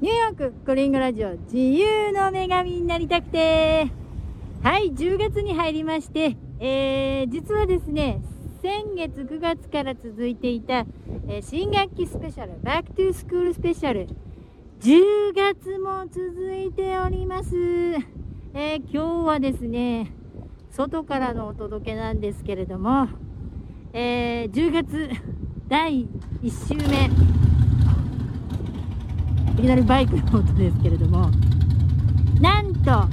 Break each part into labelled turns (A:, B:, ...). A: ニューヨークコリンゴラジオ自由の女神になりたくてはい10月に入りまして、えー、実はですね先月9月から続いていた、えー新学期スペシャルバックトゥースクールスペシャル10月も続いております、えー今日はですね外からのお届けなんですけれども、えー10月第1週目いきなりバイクの音ですけれどもなんと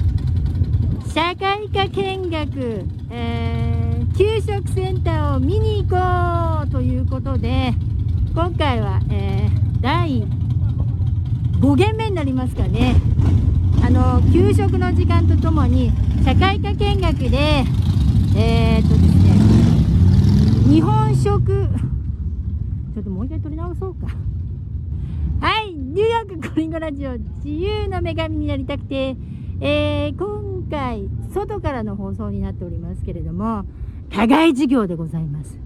A: 社会科見学、えー給食センターを見に行こうということで今回は、えー第5限目になりますかねあの給食の時間とともに社会科見学でえー、っとですね日本食 ちょっともう一回取り直そうかはい、ニューヨークコリンゴラジオ自由の女神になりたくて、えー今回、外からの放送になっておりますけれども、課外授業でございます。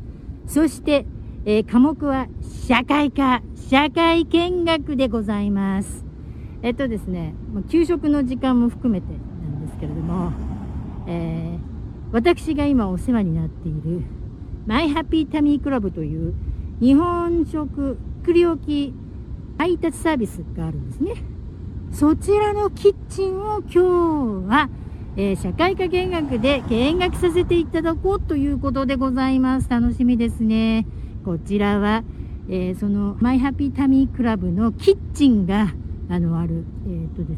A: そして、えー科目は社会科、社会見学でございます。えっとですね、もう給食の時間も含めてなんですけれども、えー私が今お世話になっている、マイハッピータミークラブという日本食作り置き配達サービスがあるんですね。そちらのキッチンを今日は、えー社会科見学で見学させていただこうということでございます。楽しみですね。こちらは、えーそのマイハッピータミークラブのキッチンがあのある、えーっとですね、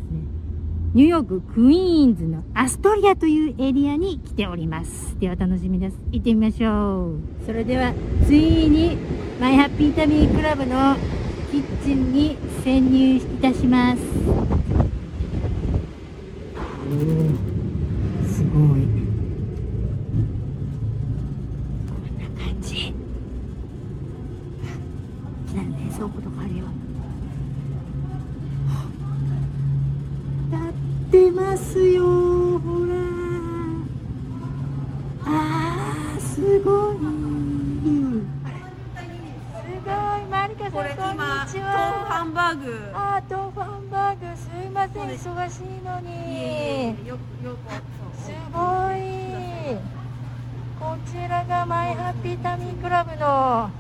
A: ニューヨーククイーンズのアストリアというエリアに来ております。では楽しみです。行ってみましょう。それではついにマイハッピータミークラブのキッチンに潜入いたします。すごい。こんな感じ。あなんか冷蔵庫とかあるよ。やってますよほらあーすごいすごいマリカさん
B: これ
A: こんに
B: 今
A: ち
B: 豆腐ハ
A: は
B: ンバーグ
A: あー豆腐ハンバーグすいません
B: そうです
A: 忙しいの
B: いえい
A: に
B: えよよく
A: す
B: そう
A: ごいこちらがマイハッピータミークラブの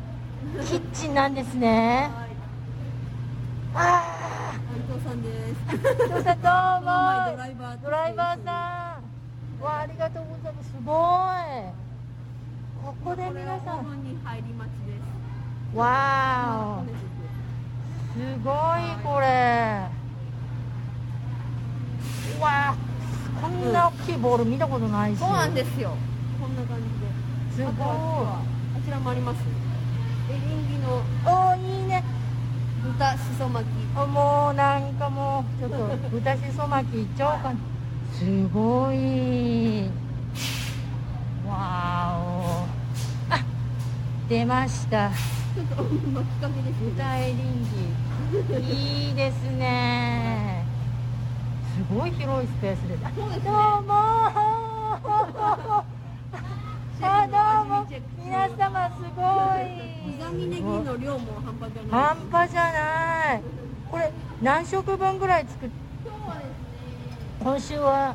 A: キッチンなんですね
B: はい
A: あ
B: 伊藤さんです
A: ーどうさんど
B: この前
A: う
B: ド
A: も
B: ライバーと
A: ドライバーさん、わあ、ありがとうございます。すごい。ここで
B: これは
A: 皆さ
B: 主
A: ん、
B: に入り待ちです
A: わーお、すごいこれ。うわあ、こんな大きいボール見たことないし。
B: そうなんですよこんな感じ
A: す
B: で
A: ごい
B: あ。とはあちらもありますエリンギの
A: おいいね。
B: 豚しそ巻き
A: あもうなんかもうちょっと豚しそ巻きいっちゃおうかなすごいわーおあ出ました
B: ちょっと巻きかけですね
A: 豚エリンギいいですねすごい広いスペースですあど
B: そうです ね
A: うもあどうも皆様すごい
B: 刻みネギの量も半端じゃない
A: 半端じゃないこれ何食分ぐらい作っ
B: 今日はですね
A: 今週は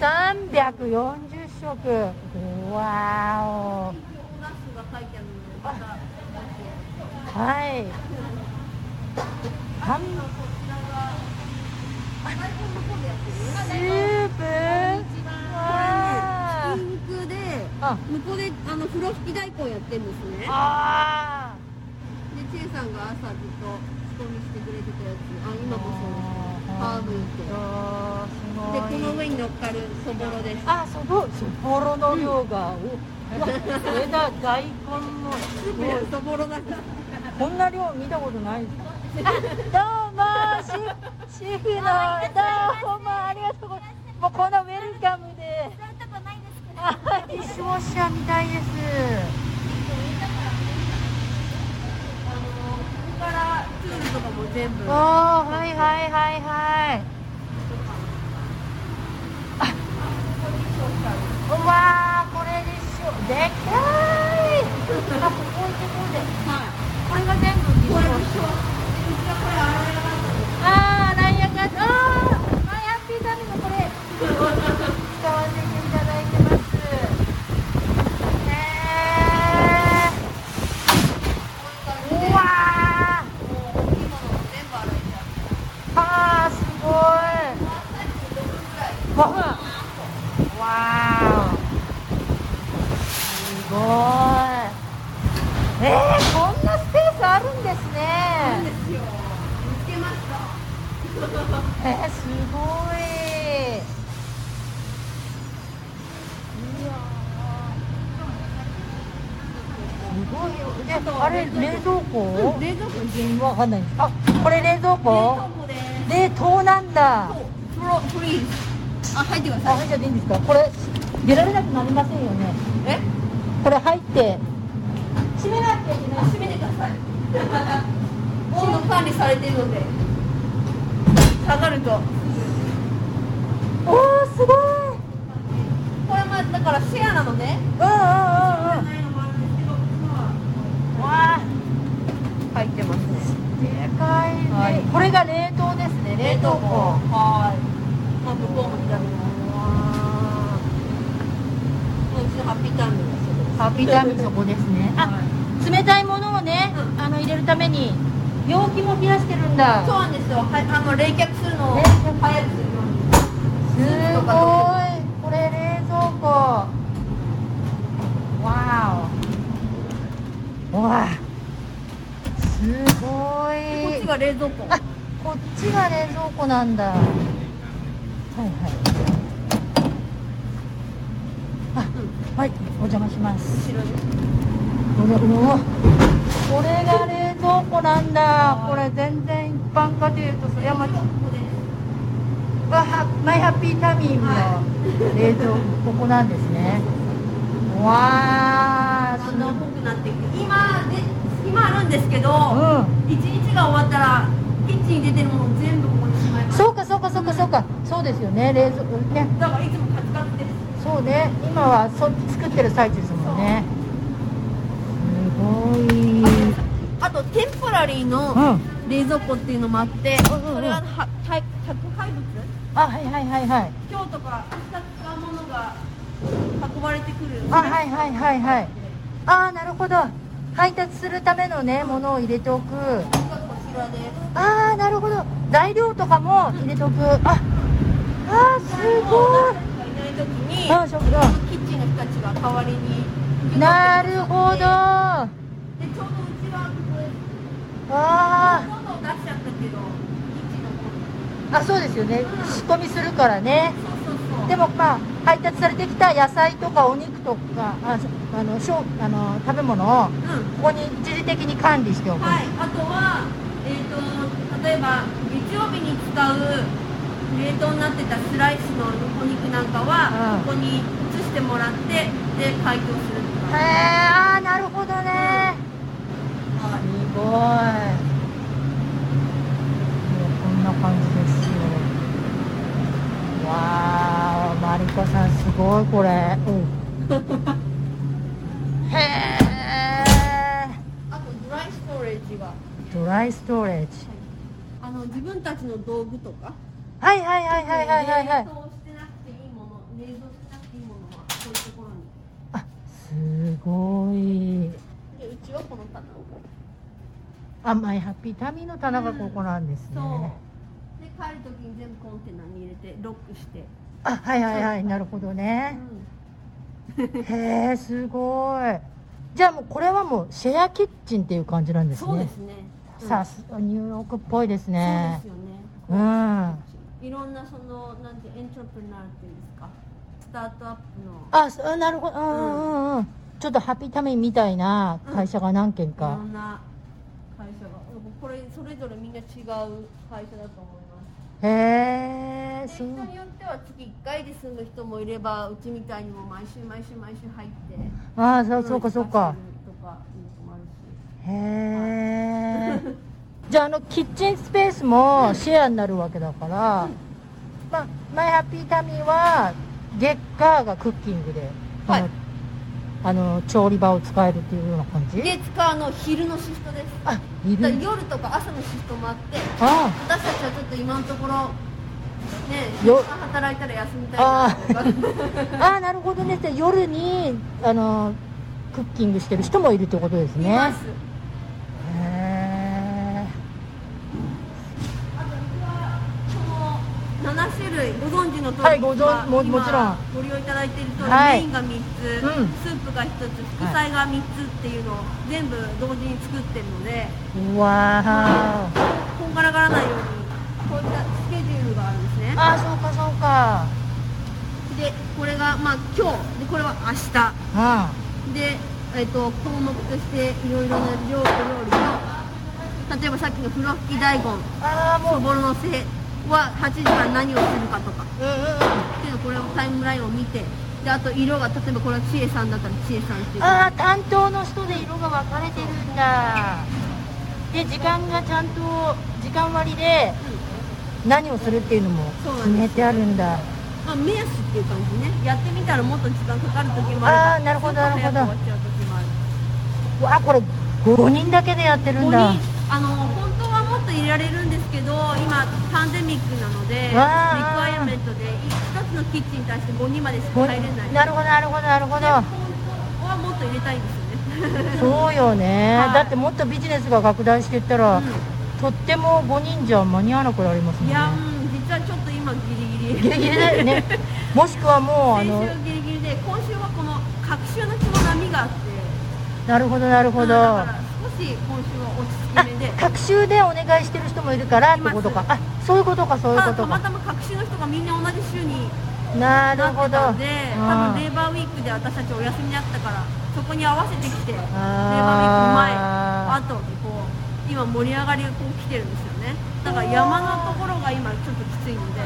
B: 340食で
A: 340食うわ
B: おナスが書いてあるのでまた
A: ーおはい半
B: こちらが最高の方でやってる
A: スープわ
B: ひ
A: ー
B: き肉で
A: あ
B: 向こうであの風呂引き大根やってるんですね
A: あー
B: でチェイさんが朝ずっと仕込みしてくれてたやつあ今も
A: あ
B: そうです
A: あ
B: ハ
A: ー
B: ーブとでこ
A: すごい
B: の上に乗っかるそぼろです
A: あそぼそぼろの量が、おうわ枝大根のすごい
B: そぼろだから
A: こんな量見たことないあどうもシェシェフのどうもありがとうございますもうこのウェルカムであ一勝者みたいです
B: ここからチュールとかも全部
A: おーはいはいはいはいあうわーこれでしょでっかいあここ行ってこうで
B: はい
A: これが全部
B: こ
A: 一
B: れも
A: 勝者
B: こ
C: こんなスペースあるんです
B: そうで
C: ね
B: すよ見つけました
C: えー、すごいいやーすごいよえあれ冷蔵庫
B: うん冷蔵庫に
C: わかんないあこれ冷蔵
B: 冷
C: 庫
B: 蔵庫です
C: 冷凍なんだ
B: そうフロフリーズあ入ってくだ
C: あ
B: さい
C: 入っちゃっていいんですかこれ出られなくなりませんよね
B: え
C: これ入って
B: 閉めなきゃいけない閉めてください温度管理されてるので下がると
C: おおすごい
B: これまあだからシェアなのね
C: うんうんうんうん
B: ないのもあるんですけど
C: わあ
B: 入ってますね
C: でかいね、
B: はい
C: これが冷凍ですね冷凍庫
B: はいまあ向こうも左ももううちのハッピーターミンですよ
C: ハッピータイムそこですねあ
B: は
C: 冷たいものをね、
B: う
C: あの入れるために容器も冷やしてるんだ
B: いそうなんですよはいあの冷却するのを
C: 冷
B: 早
C: 却
B: くするように
C: すごいこれ冷蔵庫わおわあすご
B: こっ
C: い
B: ちが冷蔵庫
C: あこっちが冷蔵庫なんだはいはいあはいお邪魔します
B: 後ろです
C: これうわこれが冷蔵庫なんだこれ全然一般化というとそれはまた
B: ここです
C: わはマイハッピータミーの
B: は
C: 冷蔵庫ここなんですねわあ
B: だ
C: す
B: んだ
C: ごい
B: ん濃くなっていく今で今あるんですけど
C: う
B: 一日が終わったらキッチンに出てるもの全部ここにしまい
C: ん
B: ます
C: そうかそうかそうかそうかそうですよね冷蔵庫ね
B: だからいつもカツカツです
C: そうね今はそ作ってる最中ですもんねすごい
B: あとテンポラリーの
C: うん
B: 冷蔵庫っていうのもあって
C: うんうんうん
B: それははた宅配物
C: あはいはいはいはい
B: 今日とか明日使うものが運ばれてくる
C: あはいはいはいはいああなるほど配達するためのねものを入れておく
B: こちらです
C: ああなるほど材料とかも入れておくああーすごい
B: 誰かいない時に
C: あ食堂
B: キッチンの人たちが代わりに
C: なるほどわ
B: でちょうどうちはここです
C: あ
B: どんどん出しちゃったけどキッチンの方に
C: あそうですよね仕込みするからね
B: そうそうそう
C: でもまあ配達されてきた野菜とかお肉とかあそあのしょうあの食べ物
B: う
C: を
B: ん
C: ここに一時的に管理しておく、
B: はい、あとは、えー、と例えば月曜日に使う冷凍になってたスライスのお肉なんかは、
C: うん
B: ここに移してもらってで解凍すると
C: へ
B: か、
C: えあーなるほどね
B: は
C: す
B: い
C: ごいもうこんな感じですよわあマリコさんすごいこれ、 へえ
B: あとドライストレージが
C: ドライストレージ
B: あの自分たちの道具とか
C: はいはいはいはいはいはいはい
B: 冷凍してなくていいもの冷蔵してなくていいものはこういうところに
C: あすごい
B: でうちはこの棚をこう
C: あマイハッピータミーの棚がここなんですね、
B: そうで帰る時に全部コンテナに入れてロックして、
C: あはいはいはいなるほど
B: う
C: ね
B: ん
C: へえすごいじゃあもうこれはもうシェアキッチンっていう感じなんですね
B: そうですねうん
C: さすがニューヨークっぽいですね
B: そうですよね。
C: うん
B: いろんなそのなんてエントレプナーっていうんですか、スタートアップの
C: あそうんなるほどうんうんうんうんちょっとハッピータミーみたいな会社が何軒
B: いろ
C: か、
B: んな会社が、これそれぞれみんな違う会社だと思います。
C: へえ
B: で
C: そ
B: 人
C: う
B: によっては月1回で住む人もいれば、うちみたいにも毎週毎週毎週入って、
C: ああそ
B: そう
C: そうかそうか、
B: とかいうのもあるし、
C: へえじゃああのキッチンスペースもシェアになるわけだから、まあマイハッピータミーは月火がクッキングで、あの
B: はい
C: あの調理場を使えるっていうような感じ
B: 月火の昼のシフトです。
C: あい
B: だ
C: る
B: から夜とか朝のシフトもあって。
C: あ
B: 私たちはちょっと今のところね
C: よ
B: よ働いたら休みたいなとか
C: ああなるほどねで夜にあのクッキングしてる人もいるってことです
B: 見
C: ね
B: ます、
C: へえ
B: あとうちはその7種類類ご存知の通り
C: はいご存も
B: 今
C: もちろん
B: ご利用いただいている通り、
C: はい
B: メインが3つ、
C: うん
B: スープが1つ副菜が3つっていうのを全部同時に作ってるので
C: わー
B: こんがらがらないようにこういったスケジュールがあるんですね
C: あそうかそうか
B: でこれがまあ今日でこれは明日
C: あ
B: で、えっと項目としていろいろな料理の例えばさっきの風呂吹き大根
C: あーも
B: そぼ
C: う
B: ろのせは8時から何をするかとか
C: うんうん
B: っていうのこれをタイムラインを見てであと色が例えばこれは千恵さんだったら千恵さんっていう
C: ああ担当の人で色が分かれてるんだで時間がちゃんと時間割りで何をするっていうのも
B: そうな
C: 決
B: ん
C: め
B: で
C: てあるんだ
B: まあ、目安っていう感じねやってみたらもっと時間かかる時も
C: あ
B: あ
C: ー
B: る
C: なるほどなるほど
B: 終わっちゃう時もある
C: わあこれ5人だけでやってるんだ
B: ここにあの本当はもっと入れられるんですけど今パンデミックなのでリク
C: わ
B: ワ
C: ー
B: イアメントで1つのキッチンに対して5人までしか
C: ご
B: 入れない
C: なるほどなるほどなるほど
B: 本当はもっと入れたいんですよね
C: そうよね、
B: はい
C: だってもっとビジネスが拡大していったら、
B: うん
C: とっても5人じゃ間に合わなくなりますも
B: い
C: んね
B: やうん実はちょっと今ギリギリ
C: ギリギリだよねもしくはもうあ
B: 先
C: の
B: 週ギリギリで今週はこの隔週の日も波があって
C: なるほどなるほ
B: うん
C: ど、
B: だから
C: あ
B: 少し今週は落ち着きめで
C: 隔週でお願いしてる人もいるからってことか
B: い
C: あそういうことかそういう
B: ただ
C: こ
B: た
C: と
B: ま
C: か
B: たま隔週の人がみんな同じ週に
C: なる
B: なっ
C: ほ
B: て
C: ど
B: たんで多
C: うん
B: 分レーバーウィークで私たちお休みだったからそこに合わせてきてレーバーウィーク前あ
C: あー
B: とでこう今盛り上がりがこう来てるんですよねだから山のところが今ちょっときついので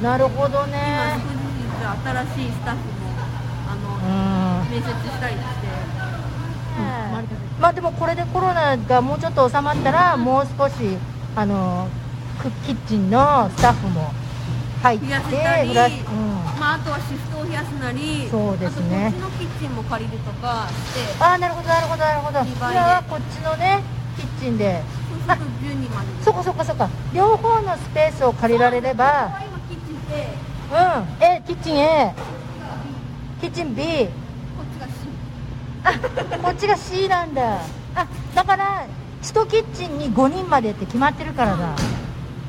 C: なるほど
B: 今少しずつ新しいスタッフも
C: ね
B: あ
C: う
B: の、
C: ん
B: 面接したりして
C: まあでもこれでコロナがもうちょっと収まったらもう少しあのクキッチンのスタッフも入って
B: 増やせたり
C: 増やしうん
B: まああとはシフトを増やすなり
C: そうですね
B: あとこっちのキッチンも借りるとかして
C: ああなるほどなるほどなるほど
B: 二倍で
C: 今はこっちのねキッチンで
B: そうすると10人まで
C: そっかそっかそっか両方のスペースを借りられれば
B: 今キッチンで
C: うん A キッチン A キッチン B
B: こっちが C
C: あこっちが C なんだあだから1キッチンに5人までって決まってるからだ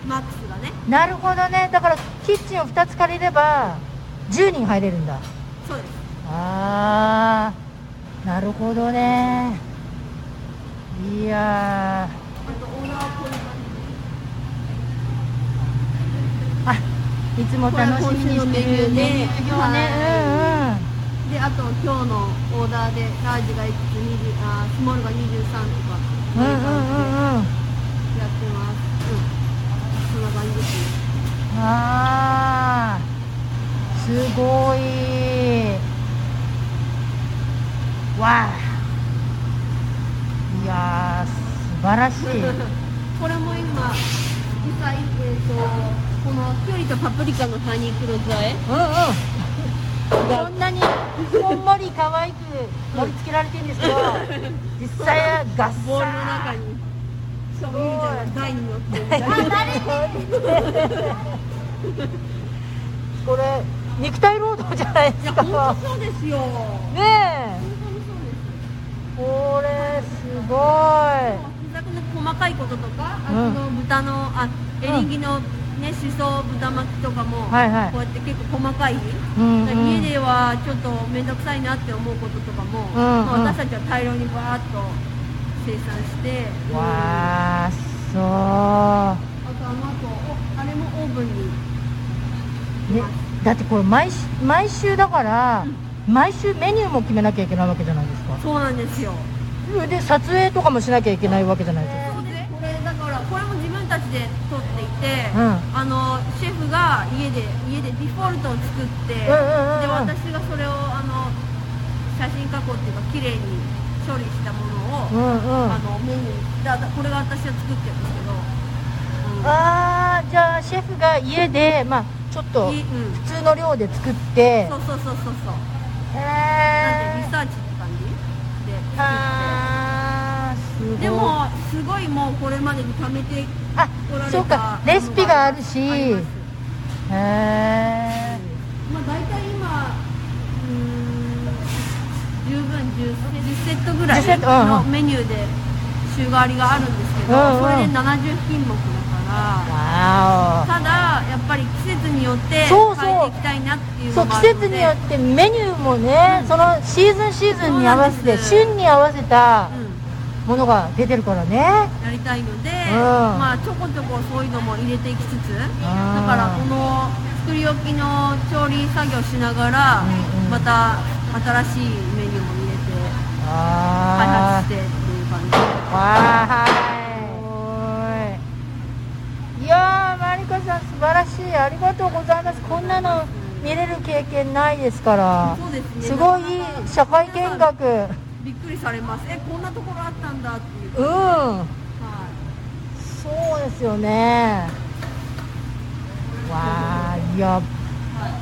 B: マックスがね
C: なるほどねだからキッチンを2つ借りれば10人入れるんだ
B: そうです
C: あーなるほどねいやー
B: あとオーダーはこういう感じ
C: あいつも楽しみにして
B: これ今週
C: るね。
B: のメニューね
C: ね、
B: であと今日のオーダーでラージがいくつ20あスモールが23とか
C: うんうん。う
B: やっ
C: んう
B: て
C: んうんうん。
B: ます、うん、そんな感じですね
C: ああ、すごい。わあ。いやー、素晴らしい。
B: これも今実際、えー、とこのキュウリとパプリカのハニークローズ和え
C: うんうん。こんなにこんもり可愛く盛り付けられてるんですけど、実際はガッサー。
B: ボウルの中にそうみたいな台に乗ってるみたいな
C: これ肉体労働じゃないで
B: い
C: す
B: や
C: か
B: 本当そうですよ
C: ね
B: 本
C: え
B: 当にそうです
C: これすご
B: も
C: いう
B: 膝の細かいこととか、あ
C: うん
B: との豚のあエリンギのねしそ豚巻きとかも、
C: はいはい
B: こうやって結構細かい、
C: うんうん
B: 家ではちょっと面倒くさいなって思うこととかも、
C: ん
B: まあ私たちは大量にバーッと生産して、うんあ
C: わあそ
B: とあの後おあれもオーブンに
C: う、ね、だってこれ毎週毎週だから毎週メニューも決めなきゃいけないわけじゃないですか
B: そうなんですよ
C: で撮影とかもしなきゃいけないわけじゃないですか
B: そうですこれだからこれも自分たちで撮っていて、
C: うん
B: あのシェフが家で家でディフォルトを作って、
C: んうんうん
B: で私がそれをあの写真加工っていうか綺麗に処理したものを、
C: うんうん
B: あのメニューだだこれが私が作ってるんですけど、うん
C: あーじゃあシェフが家でまあちょっと
B: いうん
C: 普通の量で作って
B: そうそうそうそうそう
C: へ
B: なんて
C: え
B: リサーチって感じで作
C: あーすご
B: っ
C: い
B: てでもすごいもうこれまでに貯めて
C: あ
B: こられた
C: そうかレシピがあるし
B: あります
C: へえ
B: まあ、大体今、うーん、十分 10, セットぐら
C: 10セッ
B: い
C: トうんうん
B: のメニューで週替わりがあるんですけど、
C: うんうん
B: それで70品目だから、から
C: わ
B: ただやっぱり季節によって変
C: そ
B: え
C: うそう
B: ていきたいなってい
C: ー
B: う
C: そ
B: の
C: う
B: もあ
C: 季
B: るので
C: 節によってメニューもね、
B: うん
C: そのシーズンシーズンに合わせ
B: そ
C: て
B: うなんです
C: 旬に合わせた
B: うん
C: ものが出てるからね
B: やりたいので、
C: ん
B: まあちょこちょこそういうのも入れていきつつ、だからこの作り置きの調理作業しながら、
C: うんうん
B: また新しいメニューも入れて開
C: あ
B: 発してっていう感じ
C: ーわーいいやーマリコさん素晴らしいありがとうございますこんなの見れる経験ないですから
B: そうですね
C: すごいいい社会見学
B: びっくりされますえこんなところあったんだっていう、
C: う
B: はい、
C: んそうですよねわあいや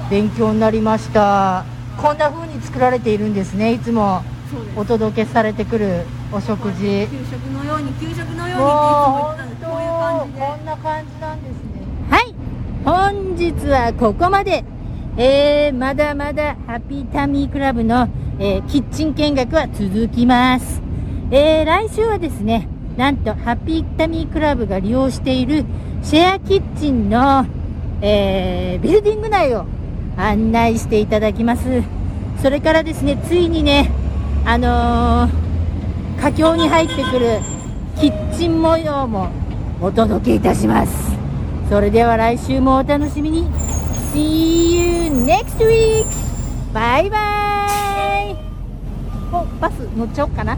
C: 勉強になりましたこんな風に作られているんですねいつも
B: そうです
C: お届けされてくるお食事
B: 給食のように給食のようにっていつ
C: もう
B: も言ってたんで
C: 本
B: す
C: 当
B: こういう感じで
C: こんな感じなんですね
A: はい本日はここまで、えー、まだまだハピタミークラブの、えーキッチン見学は続きます、えー、来週はですねなんとハピタミークラブが利用しているシェアキッチンの、えー、ビルディング内を案内していただきますそれからですねついにねあのー佳境に入ってくるキッチン模様もお届けいたしますそれでは来週もお楽しみに See you next week! バイバイおバス乗っちゃおうかな